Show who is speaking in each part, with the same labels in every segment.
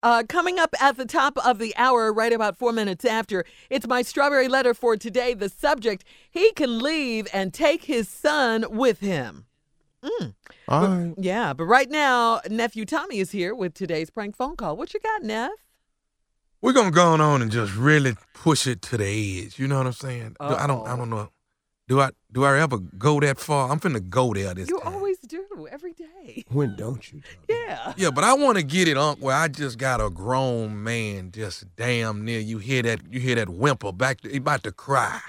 Speaker 1: Uh, coming up at the top of the hour, right about four minutes after, it's my strawberry letter for today. The subject he can leave and take his son with him.
Speaker 2: All right.
Speaker 1: Yeah, but right now, nephew Tommy is here with today's prank phone call. What you got, Neff?
Speaker 2: We're gonna go on and just really push it to the edge. You know what I'm saying? Do- I don't. I don't know. Do I? Do I ever go that far? I'm finna go there this
Speaker 1: You
Speaker 2: time.
Speaker 1: always do every day.
Speaker 3: When don't you?
Speaker 1: Yeah.
Speaker 2: yeah, but I want to get it, Unc, where I just got a grown man just damn near. You hear that? You hear that whimper back? He about to cry.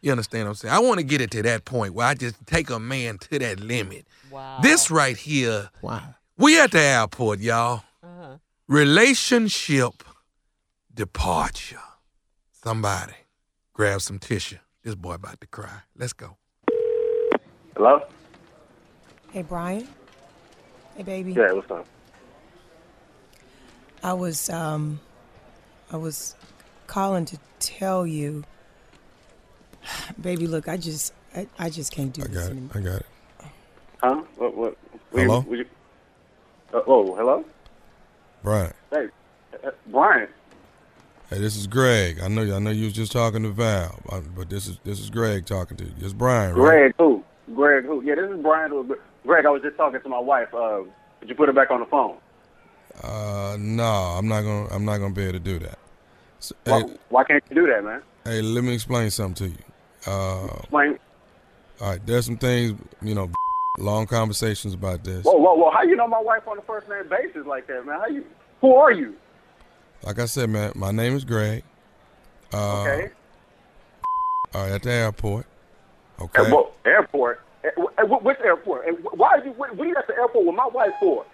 Speaker 2: You understand what I'm saying? I want to get it to that point where I just take a man to that limit.
Speaker 1: Wow.
Speaker 2: This right here,
Speaker 3: Why?
Speaker 2: we at the airport, y'all.
Speaker 1: Uh-huh.
Speaker 2: Relationship departure. Somebody grab some tissue. This boy about to cry. Let's go.
Speaker 4: Hello?
Speaker 5: Hey, Brian. Hey, baby.
Speaker 4: Yeah, what's up?
Speaker 5: I was um, I was calling to tell you, baby. Look, I just, I, I just can't do
Speaker 3: I
Speaker 5: this
Speaker 3: got it.
Speaker 5: anymore.
Speaker 3: I got it.
Speaker 4: Huh? What? What?
Speaker 3: Hello?
Speaker 4: You, you, uh, oh, hello?
Speaker 3: Brian.
Speaker 4: Hey, uh, Brian.
Speaker 3: Hey, this is Greg. I know you. I know you was just talking to Val, I- but this is this is Greg talking to you. It's Brian, right?
Speaker 4: Greg who? Greg who? Yeah, this is Brian. who- Greg, I was just talking to my wife. Uh, could you put her back on the phone?
Speaker 3: Uh, no, I'm not gonna. I'm not gonna be able to do that. So,
Speaker 4: Why,
Speaker 3: hey,
Speaker 4: why can't you do that, man?
Speaker 3: hey, let me explain something to you. Uh,
Speaker 4: Explain.
Speaker 3: all right, there's some things you know, long conversations about this.
Speaker 4: Whoa, whoa, whoa. How you know my wife on a first name basis like that, man? How you? Who are you?
Speaker 3: Like I said, man, my name is Greg. Uh,
Speaker 4: Okay.
Speaker 3: All right, at the airport. Okay.
Speaker 4: At what airport? At, wh- at wh- which airport? And wh- why are you? What, what are you at the airport with my wife for?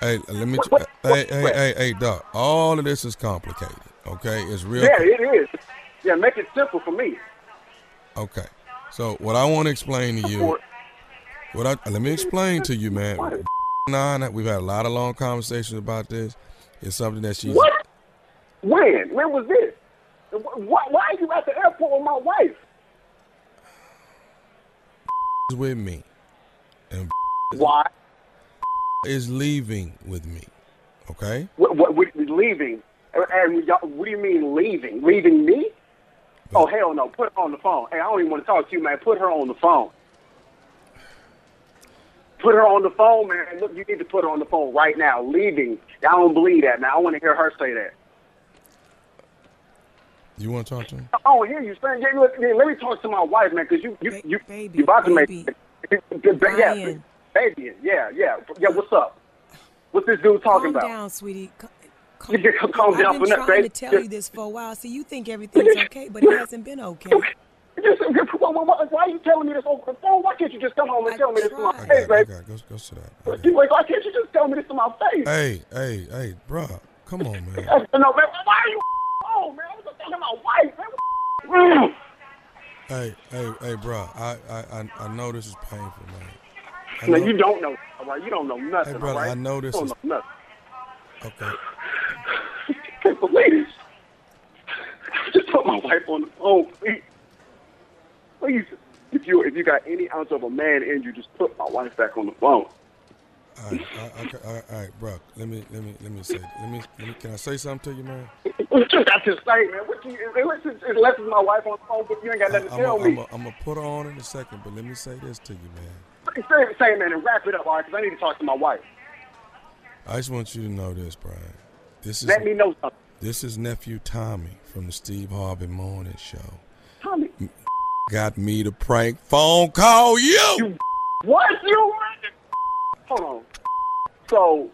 Speaker 3: Hey, let me.
Speaker 4: What- what-
Speaker 3: hey, hey,
Speaker 4: what-
Speaker 3: hey, hey, doc. All of this is complicated. Okay, it's real.
Speaker 4: Yeah, it is. Yeah, make it simple for me.
Speaker 3: Okay. So what I want to explain to you,
Speaker 4: Or-
Speaker 3: what I let me explain to you, man. Nine, we've had a lot of long conversations about this. It's something that she's.
Speaker 4: What? When? When was this? And wh- Why, why are you at the airport with my wife?
Speaker 3: is with me and
Speaker 4: Why?
Speaker 3: is leaving with me. Okay?
Speaker 4: What? What? what leaving? And- And y'all, what do you mean leaving? Leaving me? Oh hell no! Put her on the phone. Hey, I don't even want to talk to you, man. Put her on the phone. Put her on the phone, man. Look, you need to put her on the phone right now. Leaving. I don't believe that, man. I want to hear her say that.
Speaker 3: You want to talk to him?
Speaker 4: I don't hear you saying. Yeah, look, yeah, let me talk to my wife, man, because you you
Speaker 5: Ba-
Speaker 4: you
Speaker 5: baby,
Speaker 4: you about to
Speaker 5: baby.
Speaker 4: make yeah,
Speaker 5: Brian.
Speaker 4: baby, yeah, yeah, yeah. What's up? What's this dude talking
Speaker 5: calm
Speaker 4: about?
Speaker 5: down, sweetie. Ca-
Speaker 4: Yeah, calm down
Speaker 5: I've
Speaker 4: for
Speaker 5: been
Speaker 4: nothing,
Speaker 5: trying to
Speaker 4: baby.
Speaker 5: tell you this for a while. See, you think everything's okay, but it hasn't been okay.
Speaker 4: Just- just- why, why- why are you telling me this over the phone? Why can't you just come home and
Speaker 5: I
Speaker 4: tell me this to my
Speaker 5: tried.
Speaker 3: I
Speaker 4: face,
Speaker 3: got, I
Speaker 4: baby?
Speaker 3: got, go, go sit down. I got it.
Speaker 4: Like, why can't you just tell me this to my face?
Speaker 3: Hey, hey, hey, bruh. Come on,
Speaker 4: No,
Speaker 3: man.
Speaker 4: man, why are you on, man? I was just talking to my wife, man. What the-
Speaker 3: Hey, hey, hey, bruh. I, I, I, I know this is painful, man. I
Speaker 4: No,
Speaker 3: know-
Speaker 4: you don't know. All right, you don't know nothing.
Speaker 3: Hey, brother,
Speaker 4: all right?
Speaker 3: I know this
Speaker 4: You don't
Speaker 3: is-
Speaker 4: know nothing.
Speaker 3: Okay.
Speaker 4: Can't believe this. Just put my wife on the phone, please. Please, if you if you got any ounce of a man in you, just put my wife back on the phone.
Speaker 3: All right, all right, all right, all right, bro. Let me, let me, let me say, let me, let me. Can I say something to you, man?
Speaker 4: What you got to say, man? What you, unless, it's, unless it's my wife on the phone, but you ain't got nothing to
Speaker 3: I'm
Speaker 4: tell me.
Speaker 3: gonna I'm I'm put her on in a second, but let me say this to you, man.
Speaker 4: Say, say, man, and wrap it up, all right? Because I need to talk to my wife.
Speaker 3: I just want you to know this, Brian. This is
Speaker 4: Let me know something.
Speaker 3: this is nephew Tommy from the Steve Harvey Morning Show.
Speaker 4: Tommy,
Speaker 3: Got me to prank phone call you.
Speaker 4: what you? Hold on. So,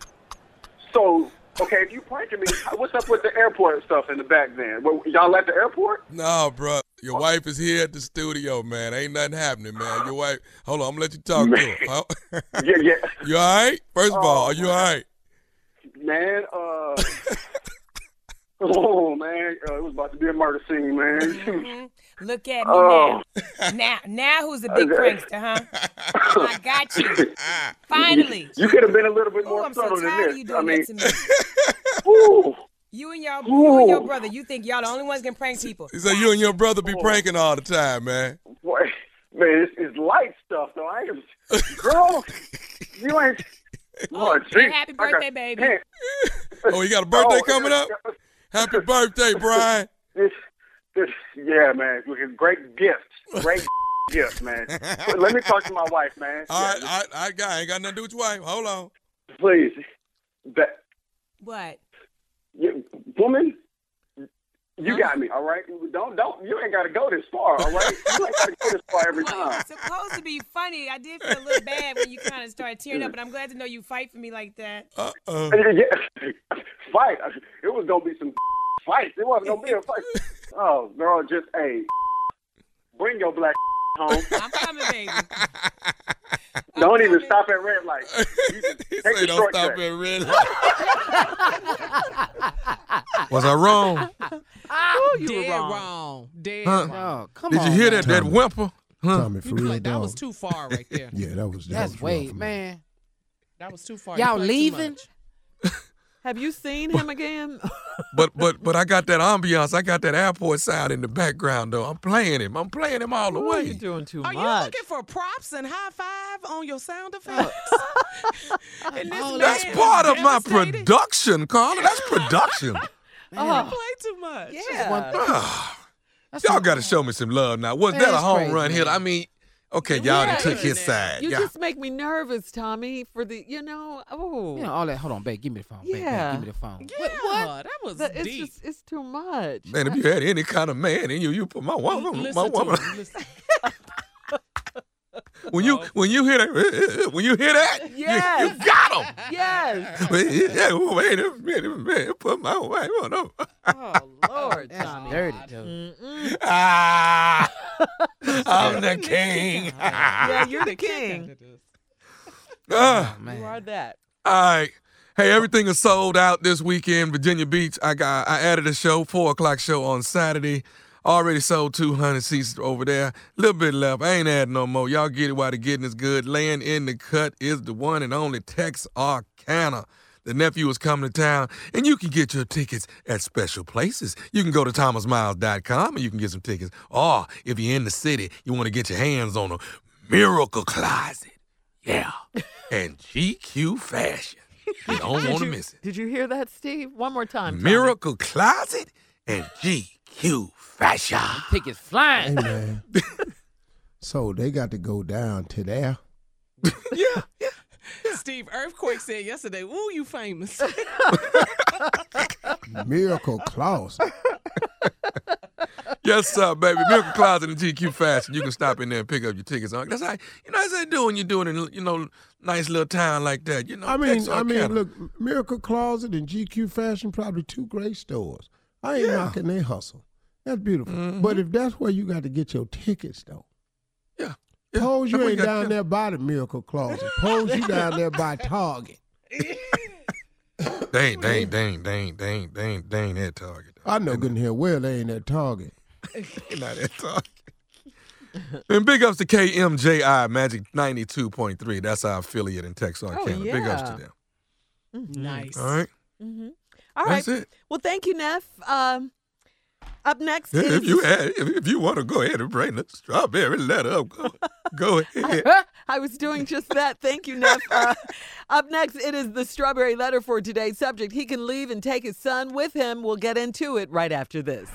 Speaker 4: so okay, if you pranking me, what's up with the airport stuff in the back then? Well, y'all at the airport?
Speaker 3: No, bro. Your wife is here at the studio, man. Ain't nothing happening, man. Your wife. Hold on, I'm gonna let you talk to her. Huh?
Speaker 4: Yeah, yeah.
Speaker 3: you all right? First of
Speaker 4: Oh,
Speaker 3: all, are you all right?
Speaker 4: Man, uh. Oh man, uh, it was about to be a murder scene, man.
Speaker 5: Look at me
Speaker 4: Oh.
Speaker 5: now. Now, now who's the big prankster, huh? I got you. Finally.
Speaker 4: You could have been a little bit
Speaker 5: Oh,
Speaker 4: more
Speaker 5: I'm so
Speaker 4: subtle than
Speaker 5: tired of you
Speaker 4: this. I
Speaker 5: doing
Speaker 4: mean,
Speaker 5: that to me.
Speaker 4: ooh,
Speaker 5: You and your, you and your
Speaker 4: Ooh.
Speaker 5: brother, you think y'all the only ones can prank people.
Speaker 3: He said you and your brother be pranking all the time, man.
Speaker 4: boy, man, it's, it's light stuff though. I ain't, girl, you ain't.
Speaker 5: Oh,
Speaker 4: Lord, jeez.
Speaker 6: happy
Speaker 4: I got
Speaker 6: birthday, baby.
Speaker 4: ten.
Speaker 3: Oh, you got a birthday
Speaker 4: Oh,
Speaker 3: coming
Speaker 4: yeah,
Speaker 3: up?
Speaker 4: yeah.
Speaker 3: Happy birthday, Brian.
Speaker 4: This, this, yeah, man. We can- Great gifts. Great gifts, man. But Let me talk to my wife, man.
Speaker 3: All right,
Speaker 4: Yeah,
Speaker 3: all right, all right, guy. Ain't got nothing to do with your wife. Hold on.
Speaker 4: please. That
Speaker 6: What?
Speaker 4: you, woman, you got me. All right. Don't don't. You ain't got to go this far. All right. You ain't got to go this far every
Speaker 6: Well,
Speaker 4: time.
Speaker 6: it's supposed to be funny. I did feel a little bad when you kind of started tearing up, but I'm glad to know you fight for me like that.
Speaker 3: Uh oh.
Speaker 4: Yeah. Fight. It was gonna be some fight. It wasn't gonna be a fight. Oh, girl, just hey, bring your black home.
Speaker 6: I'm coming, baby.
Speaker 4: Don't even stop at red lights. You just
Speaker 3: He
Speaker 4: take
Speaker 3: say
Speaker 4: the
Speaker 3: don't stop
Speaker 4: shortcut.
Speaker 3: it, really.
Speaker 2: Was I wrong?
Speaker 1: Oh, you
Speaker 7: Dead
Speaker 1: were wrong.
Speaker 7: wrong. Dead
Speaker 2: Huh?
Speaker 7: wrong.
Speaker 8: Oh, come
Speaker 2: Did
Speaker 8: on.
Speaker 2: you hear
Speaker 8: man.
Speaker 2: that that whimper? Huh?
Speaker 9: Tommy, for
Speaker 7: You be
Speaker 9: real,
Speaker 7: like, that
Speaker 9: dog.
Speaker 7: was too far right there.
Speaker 9: Yeah, that was. That
Speaker 8: That's
Speaker 9: was
Speaker 8: way,
Speaker 9: rough,
Speaker 8: man.
Speaker 7: That was too far. You
Speaker 8: Y'all
Speaker 7: played too
Speaker 8: leaving?
Speaker 7: much.
Speaker 1: Have you seen him again?
Speaker 2: But but but I got that ambiance. I got that airport sound in the background though. I'm playing him. I'm playing him all the
Speaker 1: Boy, you're
Speaker 2: way.
Speaker 1: doing too
Speaker 7: Are you
Speaker 1: much.
Speaker 7: looking for props and high five on your sound effects? and this
Speaker 8: Oh,
Speaker 2: That's
Speaker 7: man
Speaker 2: part of my
Speaker 7: devastated?
Speaker 2: production, Carla. That's production.
Speaker 7: You play too
Speaker 1: Oh,
Speaker 7: much.
Speaker 1: yeah.
Speaker 8: That's
Speaker 2: y'all
Speaker 8: some-
Speaker 2: got to show me some love now. Was
Speaker 8: Man,
Speaker 2: that a
Speaker 8: that's
Speaker 2: home
Speaker 8: crazy,
Speaker 2: run hit?
Speaker 8: man.
Speaker 2: I mean, okay, y'all done
Speaker 1: Yeah.
Speaker 2: took his side.
Speaker 1: You
Speaker 2: Y'all-
Speaker 1: just make me nervous, Tommy, for the, you know, oh.
Speaker 8: You know, all that. Hold on, babe. Give me the phone. Babe, babe,
Speaker 1: Yeah.
Speaker 8: give me the phone.
Speaker 7: Yeah, that was
Speaker 1: That- it's
Speaker 7: deep.
Speaker 1: just, it's too much.
Speaker 2: man, if you had any kind of man in you, you put my woman, my
Speaker 7: Listen
Speaker 2: woman.
Speaker 7: to him. Listen.
Speaker 2: When you when you hear that, when you hear that, you- you,
Speaker 1: Yes.
Speaker 2: got him.
Speaker 1: Yes.
Speaker 2: yeah, wait a minute, man. Put my wife on him.
Speaker 1: Oh, Lord,
Speaker 8: That's
Speaker 1: Tommy.
Speaker 8: dirty, dude.
Speaker 1: Mm-mm.
Speaker 2: Ah, I'm the king.
Speaker 1: Yeah, you're the king.
Speaker 2: Ah.
Speaker 1: You
Speaker 8: Man.
Speaker 1: are that.
Speaker 2: All right. Hey, everything is sold out this weekend. Virginia Beach. I got. I added a show, four o'clock show on Saturday. Already sold 200 seats over there. Little bit left. I ain't adding no more. Y'all get it while the getting is good. Laying in the cut is the one and only Tex Arcana. The nephew is coming to town, and you can get your tickets at special places. You can go to thomasmiles.com and you can get some tickets. Or if you're in the city, you want to get your hands on a miracle closet. Yeah. and GQ Fashion. You don't want to miss it.
Speaker 1: Did you hear that, Steve? One more time. Tommy.
Speaker 2: Miracle Closet and GQ Fashion.
Speaker 8: Tickets flying.
Speaker 9: Hey man. so they got to go down to there.
Speaker 2: Yeah.
Speaker 7: Steve Earthquake said yesterday, "Ooh, you famous."
Speaker 9: Miracle Claus.
Speaker 2: Yes, sir, baby. Miracle Closet and GQ Fashion. You can stop in there and pick up your tickets. Unc. That's how you know that's how they do when you do it in you know nice little town like that. You know,
Speaker 9: I mean, I
Speaker 2: Texarkana.
Speaker 9: mean, look, Miracle Closet and GQ Fashion probably two great stores. I ain't knocking their hustle. That's beautiful.
Speaker 2: Mm-hmm.
Speaker 9: But if that's where you got to get your tickets though.
Speaker 2: Yeah. Yeah.
Speaker 9: Pose
Speaker 2: That's
Speaker 9: you
Speaker 2: what
Speaker 9: ain't
Speaker 2: got
Speaker 9: down
Speaker 2: to-
Speaker 9: there by the Miracle Closet. Pose you down there by Target.
Speaker 2: Dang, dang, dang, dang, dang, dang, dang that target. dog.
Speaker 9: I know good and hell well they ain't at Target.
Speaker 2: They not that target. And big ups to KMJI Magic 92.3. That's our affiliate in Texarkana. Big ups
Speaker 1: Oh, yeah.
Speaker 2: to them.
Speaker 7: nice.
Speaker 2: All right.
Speaker 1: All right.
Speaker 2: That's it.
Speaker 1: Well, thank you, Neff. Um, up next
Speaker 2: Yeah,
Speaker 1: is
Speaker 2: if you had, if, if you want to go ahead and bring the strawberry letter up, go, go ahead.
Speaker 1: I was doing just that. Thank you, Neff. Uh, up next, it is the strawberry letter for today's subject. He can leave and take his son with him. We'll get into it right after this.